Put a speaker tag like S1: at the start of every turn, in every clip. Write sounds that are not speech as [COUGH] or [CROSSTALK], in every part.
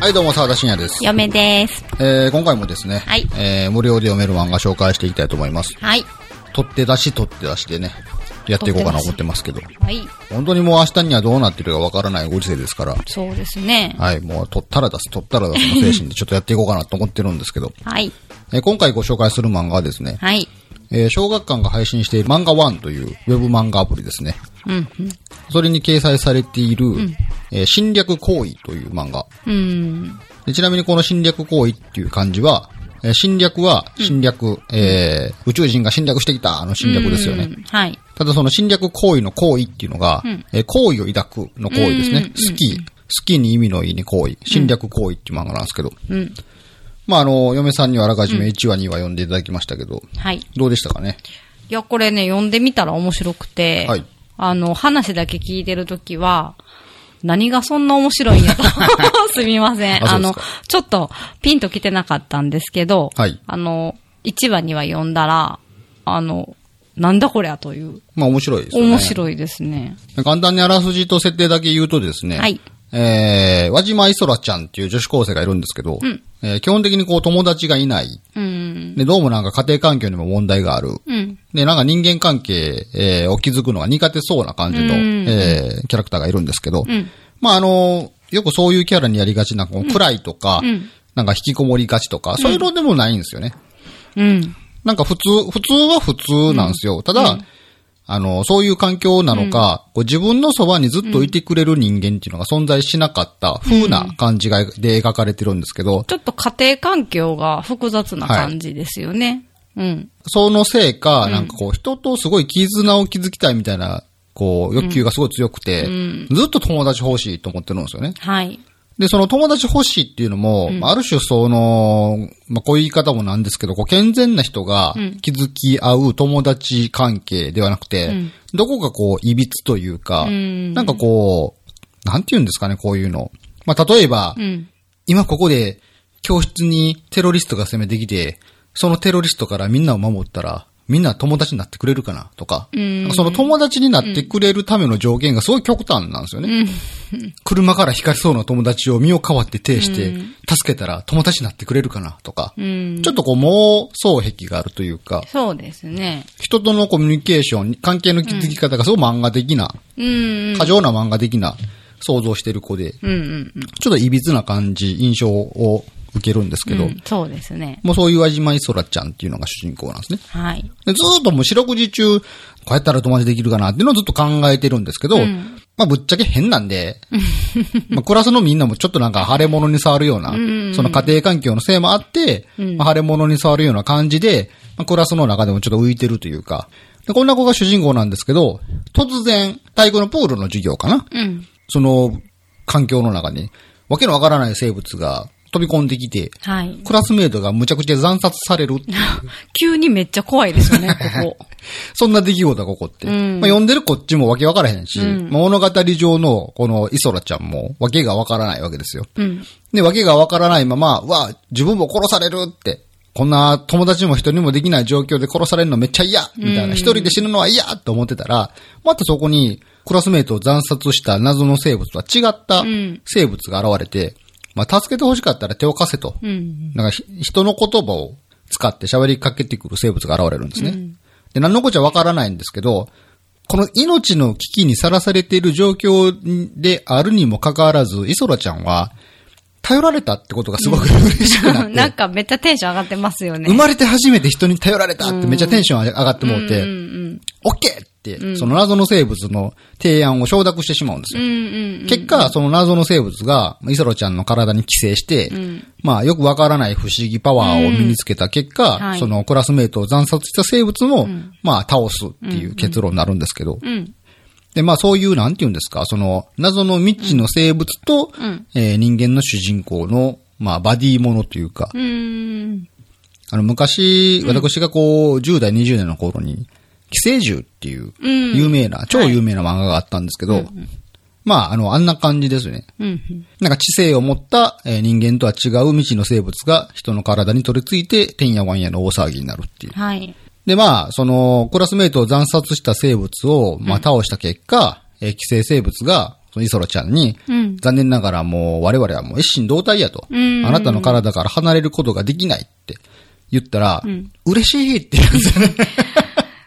S1: はい、どうも、沢田信也です。
S2: 嫁です。
S1: えー、今回もですね、
S2: はい
S1: えー、無料で読める漫画紹介していきたいと思います。
S2: はい。
S1: 取って出し、取って出しでね、やっていこうかな
S2: 取
S1: 思っ
S2: っ
S1: ててますけど。
S2: はい。
S1: 本当にもう明日にはどうなってるかわからないご時世ですから、
S2: そうですね。
S1: はい、もう取ったら出す、取ったら出すの精神でちょっとやっていこうかなと思ってるんですけど、
S2: はい。
S1: えー今回ご紹介する漫画はですね、
S2: はい。
S1: えー、小学館が配信している漫画1というウェブ漫画アプリですね。
S2: うん。
S1: それに掲載されている、えー侵略行為という漫画。
S2: うん。
S1: でちなみにこの侵略行為っていう漢字は、えー侵略は侵略、えー宇宙人が侵略してきたあの侵略ですよね。
S2: うん。はい。
S1: ただその侵略行為の行為っていうのが、えー行為を抱くの行為ですね。好き、好きに意味のいいに行為、侵略行為っていう漫画なんですけど。
S2: うん。
S1: まああの、嫁さんにはあらかじめ1話2話読んでいただきましたけど、
S2: はい。い
S1: どうでしたかね
S2: や、これね、読んでみたら面白くて、
S1: はい
S2: あの、話だけ聞いてるときは、何がそんな面白いん
S1: [LAUGHS]
S2: やと。すみません。
S1: あ
S2: あ
S1: そうです
S2: の
S1: か、
S2: ちょっとピンと来てなかったんですけど、
S1: はい
S2: あの、1話には読んだら、あの、なんだこりゃという。
S1: まあ面白いですよね。
S2: 面白いですね。
S1: 簡単にあらすじと設定だけ言うとですね、
S2: はい
S1: えー、和島いそらちゃんっていう女子高生がいるんですけど、えー基本的にこう友達がいない。
S2: うん。
S1: で、どうもなんか家庭環境にも問題がある。
S2: うん。
S1: で、なんか人間関係、えーを築くのが苦手そうな感じの、えーキャラクターがいるんですけど、まああのーよくそういうキャラにやりがちな、こう暗いとか、なんか引きこもりがちとか、そういうのでもないんですよね。
S2: うん。
S1: なんか普通、普通は普通なんですよ。ただ、あの、そういう環境なのか、こう自分のそばにずっといてくれる人間っていうのが存在しなかった風な感じが、で描かれてるんですけど、
S2: ちょっと家庭環境が複雑な感じですよね。うん。
S1: そのせいか、なんかこう、人とすごい絆を築きたいみたいな、こう、欲求がすごい強くて、ずっと友達欲しいと思ってるんですよね。
S2: はい。
S1: で、その友達欲しいっていうのも、まあある種その、まあ、こういう言い方もなんですけど、こう健全な人が気づき合う友達関係ではなくて、どこかこう、歪というか、
S2: ん
S1: なんかこう、なんて言うんですかね、こういうの。まあ、例えば、
S2: うん。
S1: 今ここで教室にテロリストが攻めてきて、そのテロリストからみんなを守ったら、みんな友達になってくれるかなとか、なんかその友達になってくれるための条件がすごい極端なんですよね。車から引かれそうな友達を身を代わって呈して、助けたら友達になってくれるかなとか、
S2: うん。
S1: ちょっとこう妄想癖があるというか、
S2: そうですね。
S1: 人とのコミュニケーション、関係の築き方がすごい漫画的な、
S2: うん。
S1: 過剰な漫画的な想像してる子で、
S2: うんうんうん
S1: ちょっと歪な感じ、印象を受けるんですけど、
S2: うん。そうですね。
S1: もうそういう輪島いそらちゃんっていうのが主人公なんですね。
S2: はい。
S1: でずーっともう四六時中、こうやったら友達できるかなっていうのをずっと考えてるんですけど、まあぶっちゃけ変なんで、 [LAUGHS] まあクラスのみんなもちょっとなんか腫れ物に触るような、その家庭環境のせいもあって、まあ腫れ物に触るような感じで、まあクラスの中でもちょっと浮いてるというか、でこんな子が主人公なんですけど、突然、体育のプールの授業かな、
S2: うん。
S1: その環境の中に、わけのわからない生物が飛び込んできて、
S2: はい。
S1: クラスメイトがむちゃくちゃ惨殺され [LAUGHS] るっていう。
S2: 急にめっちゃ怖いです
S1: [LAUGHS]
S2: よね、ここ。
S1: そんな出来事が起こって。まあ、読んでるこっちもわけわからへんし、まあ物語上のこのイソラちゃんもわけがわからないわけですよ。
S2: うん。
S1: で、わけがわからないまま、うわ、自分も殺されるって。こんな友達も人にもできない状況で殺されるのめっちゃ嫌みたいな。一人で死ぬのは嫌と思ってたら、またそこにクラスメイトを惨殺した謎の生物とは違った生物が現れて、まあ、助けて欲しかったら手を貸せと。
S2: うん。
S1: なんかひ人の言葉を使って喋りかけてくる生物が現れるんですね。で、何のこっちゃわからないんですけど、この命の危機にさらされている状況であるにもかかわらず、イソラちゃんは、頼られたってことがすごく嬉しくなって、
S2: なんかめっちゃテンション上がってますよ
S1: 生
S2: ね。
S1: まれて初めて人に頼られたってめっちゃテンション上がってもうて、オッケーって、その謎の生物の提案を承諾してしまうんですよ
S2: うんうん。
S1: 結果、その謎の生物が、イソロちゃんの体に寄生して、まあ、よくわからない不思議パワーを身につけた結果、
S2: はい
S1: そのクラスメイトを惨殺した生物も、まあ、倒すっていう結論になるんですけど、
S2: うん。
S1: で、まあ、そういう、なんて言うんですか、その、謎の未知の生物と、えー人間の主人公の、まあ、バディものというか、
S2: うん。
S1: あの、昔、私がこう、10代、20代の頃に、寄生獣っていう、
S2: うん
S1: 有名な、超有名な漫画があったんですけど、まあ、あの、あんな感じですよね。
S2: うん。
S1: なんか知性を持ったえー人間とは違う未知の生物が人の体に取り付いて、天やわんやの大騒ぎになるっていう。
S2: はい。
S1: で、まあ、その、クラスメイトを惨殺した生物を、まあ、倒した結果、えー寄生生物が、そのイソラちゃんに、
S2: うん。
S1: 残念ながらもう我々はもう一心同体やと。あ
S2: うん
S1: なたの体から離れることができないって言ったら、嬉しいって言うんですよね。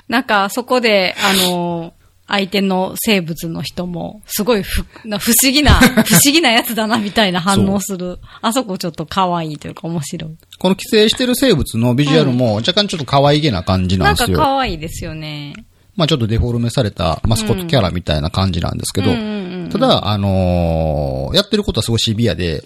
S2: なんか、そこで、あのー相手の生物の人も、すごいふ、な不思
S1: [LAUGHS]
S2: 議な、不思議なやつだな、みたいな反応する。あそこちょっと可愛いというか面白い。
S1: この寄生してる生物のビジュアルも若干ちょっと可愛げな感じな
S2: なんん
S1: で
S2: か
S1: すよ。
S2: 可愛いですよね。
S1: まあちょっとデフォルメされたマスコットキャラみたいな感じなんですけど
S2: うんうんうんう、ん
S1: ただ、あのーやってることはすごいシビア
S2: [LAUGHS]
S1: で、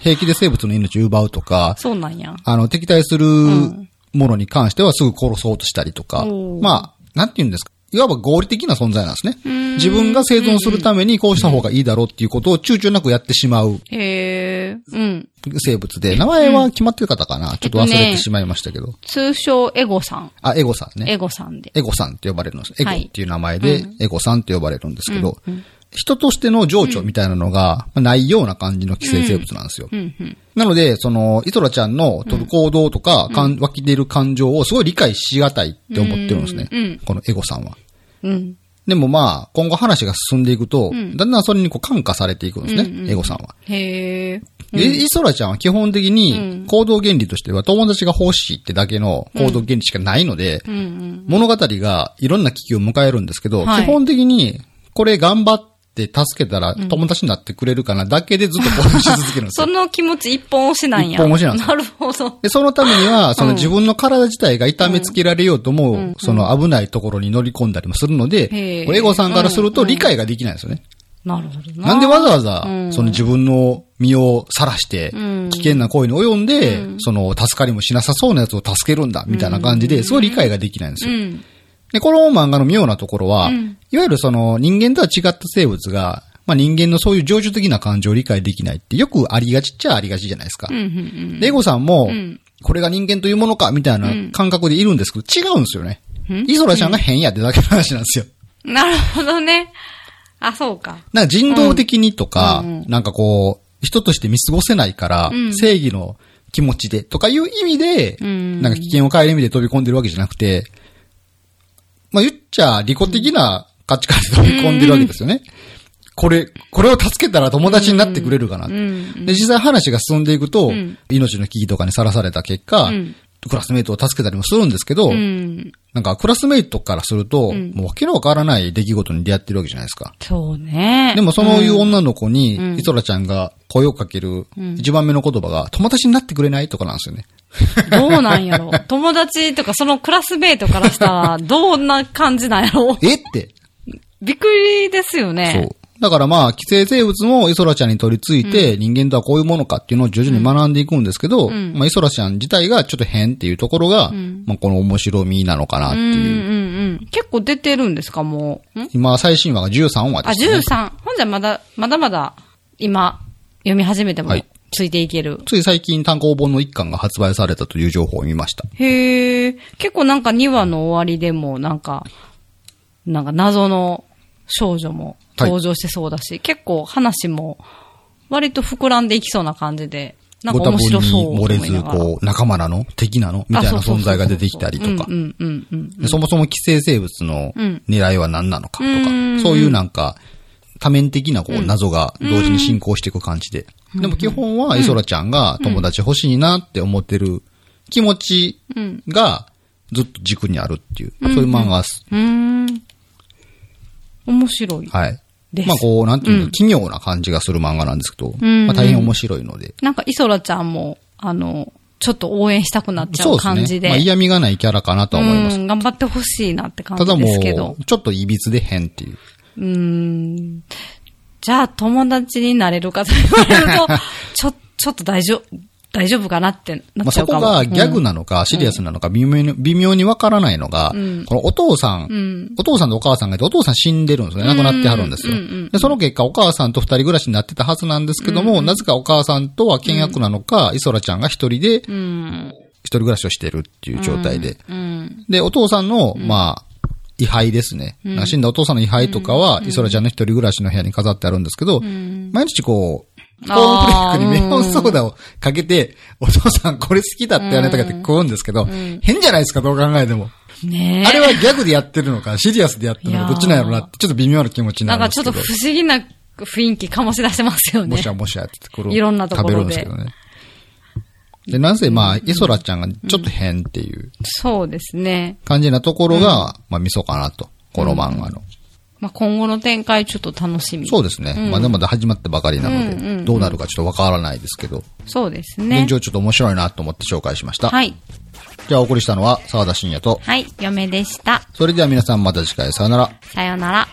S1: 平気で生物の命を奪うとか、
S2: そうなんや。
S1: あの、敵対するものに関してはすぐ殺そうとしたりとか、
S2: おー
S1: まあ、なんて言うんですか。いわば合理的な存在なんですね。自分が生存するためにこうした方がいいだろうっていうことを躊躇なくやってしまう
S2: へえ、うん。
S1: 生物で、名前は決まってる方かな、ちょっと忘れてしまいましたけど。
S2: 通称、エゴさん。
S1: あ、エゴさんね。
S2: エゴさんで。
S1: エゴさんって呼ばれるんです。エゴ
S2: はい
S1: っていう名前で、エゴさんって呼ばれるんですけど、人としての情緒みたいなのがまあないような感じの寄生生物なんですよ。
S2: うん、うん。
S1: なので、その、イトラちゃんの取る行動とか、かん湧き出る感情をすごい理解しがたいって思ってるんですね。
S2: うん
S1: このエゴさんは。
S2: うん。
S1: でもまあ、今後話が進んでいくと、だんだんそれにこう感化されていくんですね、エゴさんは。
S2: へえ。
S1: でイソラちゃんは基本的に行動原理としては友達が欲しいってだけの行動原理しかないので、
S2: うんうん。
S1: 物語がいろんな危機を迎えるんですけど、
S2: はい
S1: 基本的にこれ頑張って助けたら友達になってくれるかなだけでずっと行動し続けるんですよ
S2: [LAUGHS] その気持ち一本押しなんや。
S1: 一本押しなんです
S2: なるほど。
S1: で、そのためには、その自分の体自体が痛めつけられようとも、その危ないところに乗り込んだりもするので、
S2: へー
S1: これエゴさんからすると理解ができないんですよね。
S2: なるほどな。
S1: なんでわざわざ、その自分の身を晒して
S2: う、ん
S1: 危険な行為に及んで、その助かりもしなさそうなやつを助けるんだ、みたいな感じで、すごい理解ができないんです
S2: う
S1: よ。
S2: ん。
S1: で、この漫画の妙なところは、いわゆるその人間とは違った生物が、まあ人間のそういう情緒的な感情を理解できないってよくありがちっちゃありがちじゃないですか
S2: うん、う。ん、
S1: レゴさんも、これが人間というものか、みたいな感覚でいるんですけど、違うんですよね。イソラちゃんが変やってだけの話なんですよ。
S2: うん。なるほどね。あ、そうか。
S1: なんか人道的にとか、なんかこう、人として見過ごせないから、正義の気持ちでとかいう意味で、
S2: うん
S1: なんか危険を顧みで飛び込んでるわけじゃなくて、まあ言っちゃ利己的な価値観で飛び込んでるわけですよね。これ、これを助けたら友達になってくれるかな。
S2: うん。
S1: で、実際話が進んでいくと、命の危機とかにさらされた結果、クラスメイトを助けたりもするんですけど、
S2: うん。
S1: なんかクラスメイトからすると、もうわけのわからない出来事に出会ってるわけじゃないですか。
S2: そうね。 [LAUGHS]
S1: でもそういう女の子に、イソラちゃんが声をかける一番目の言葉が、友達になってくれないとかなんですよね。
S2: どうなんやろ
S1: [LAUGHS]
S2: 友達とかそのクラスメイトからしたら、どんな感じなんや
S1: [LAUGHS]
S2: ろ
S1: えって。
S2: びっくりですよ
S1: そう
S2: ね。。
S1: だからまあ、寄生生物もイソラちゃんに取り付いて、人間とはこういうものかっていうのを徐々に学んでいくんですけど、まあ、イソラちゃん自体がちょっと変っていうところが、まあ、この面白みなのかなって
S2: うんう
S1: いう。
S2: んうん。結構出てるんですか、もう。ん
S1: 今、最新話が13話
S2: あ、
S1: ですね。
S2: 13。ほんじゃまだ、まだまだ、今、読み始めても
S1: はい、
S2: ついていける。
S1: つい最近単行本の一巻が発売されたという情報を見ました。
S2: へえ、結構なんか2話の終わりでも、なんか、なんか謎の少女も登場してそうだし、結構話も割と膨らんでいきそうな感じで、なん
S1: ご多
S2: か面
S1: 分に
S2: 白そ
S1: 漏
S2: うと思
S1: れ
S2: いな
S1: ず、
S2: がら。
S1: こう、仲間なの敵なのみたいな
S2: あそうそうそう
S1: 存在が出てきたりとか
S2: う。んうんうんうん。
S1: でそもそも寄生生物の狙いは何なのかとか、
S2: うん
S1: そういうなんか、多面的なこう謎が同時に進行していく感じで。でも基本はイソラちゃんが友達欲しいなって思ってる気持ちがずっと軸にあるっていう、そういう漫画です。
S2: うーん。面白い。
S1: はい。
S2: です
S1: まあこう、なんていうの、奇妙な感じがする漫画なんですけど、
S2: ん
S1: まあ大変面白いので。
S2: なんか、イソラちゃんも、あの、ちょっと応援したくなっちゃ
S1: そう
S2: う
S1: です
S2: 感じ
S1: ね。
S2: で。
S1: まあ嫌味がないキャラかなとは思います。
S2: うん、頑張ってほしいなって感
S1: ただ
S2: じ
S1: も
S2: ですけど。
S1: う、ちょっと歪で変っていう。
S2: うーん。じゃあ、友達になれるかと言われる
S1: [LAUGHS]
S2: と、ちょ、ちょっと大丈夫、大丈夫かなって
S1: ま
S2: な
S1: あ、
S2: っちゃ
S1: そう
S2: か
S1: こ
S2: も。
S1: がギャグなのか、シリアスなのか、微妙に、微妙にわからないのが、このお父さん,、お父さんとお母さんがいて、お父さん死んでるんですよね。亡くなってはるんですよ。で、その結果、お母さんと二人暮らしになってたはずなんですけども、なぜかお母さんとは険悪なのか、イソラちゃんが一人で、一人暮らしをしてるっていう状態で。で、お父さんの、まあ、位牌ですね。なんか死んだお父さんの位牌とかは、イソラちゃんの一人暮らしの部屋に飾ってあるんですけど、毎日こう、コーンフレークにメロンソーダをかけて、お父さんこれ好きだったよねとかって食うんですけど、変じゃないですか、どう考えても。
S2: ねえ。
S1: あれはギャグでやってるのか、シリアスでやってるの
S2: い
S1: か、
S2: やー
S1: どっちなんやろうなって、ちょっと微妙な気持ちにな
S2: な
S1: んりま
S2: かちょ
S1: す
S2: っ
S1: け
S2: と
S1: ど
S2: 不。思議な雰囲気かもし出してますよね
S1: も。しゃもしゃってこれを
S2: いろんなところで
S1: 食べるんですけどね。で、なんせまあ、イソラちゃんがちょっと変っていう
S2: そうですね。
S1: 感じなところが、まあ、ミソかなと。この漫画の。
S2: まあ、今後の展開ちょっと楽しみ。
S1: そうですね。まだまだ始まったばかりなので、どうなるかちょっとわからないですけど、
S2: そうです
S1: 現
S2: ね。
S1: 状ちょっと面白いなと思って紹介しました。
S2: はい。
S1: じゃあお送りしたのは沢田信也と、
S2: はい、嫁でした。
S1: それでは皆さんまた次回さよなら。
S2: さよなら。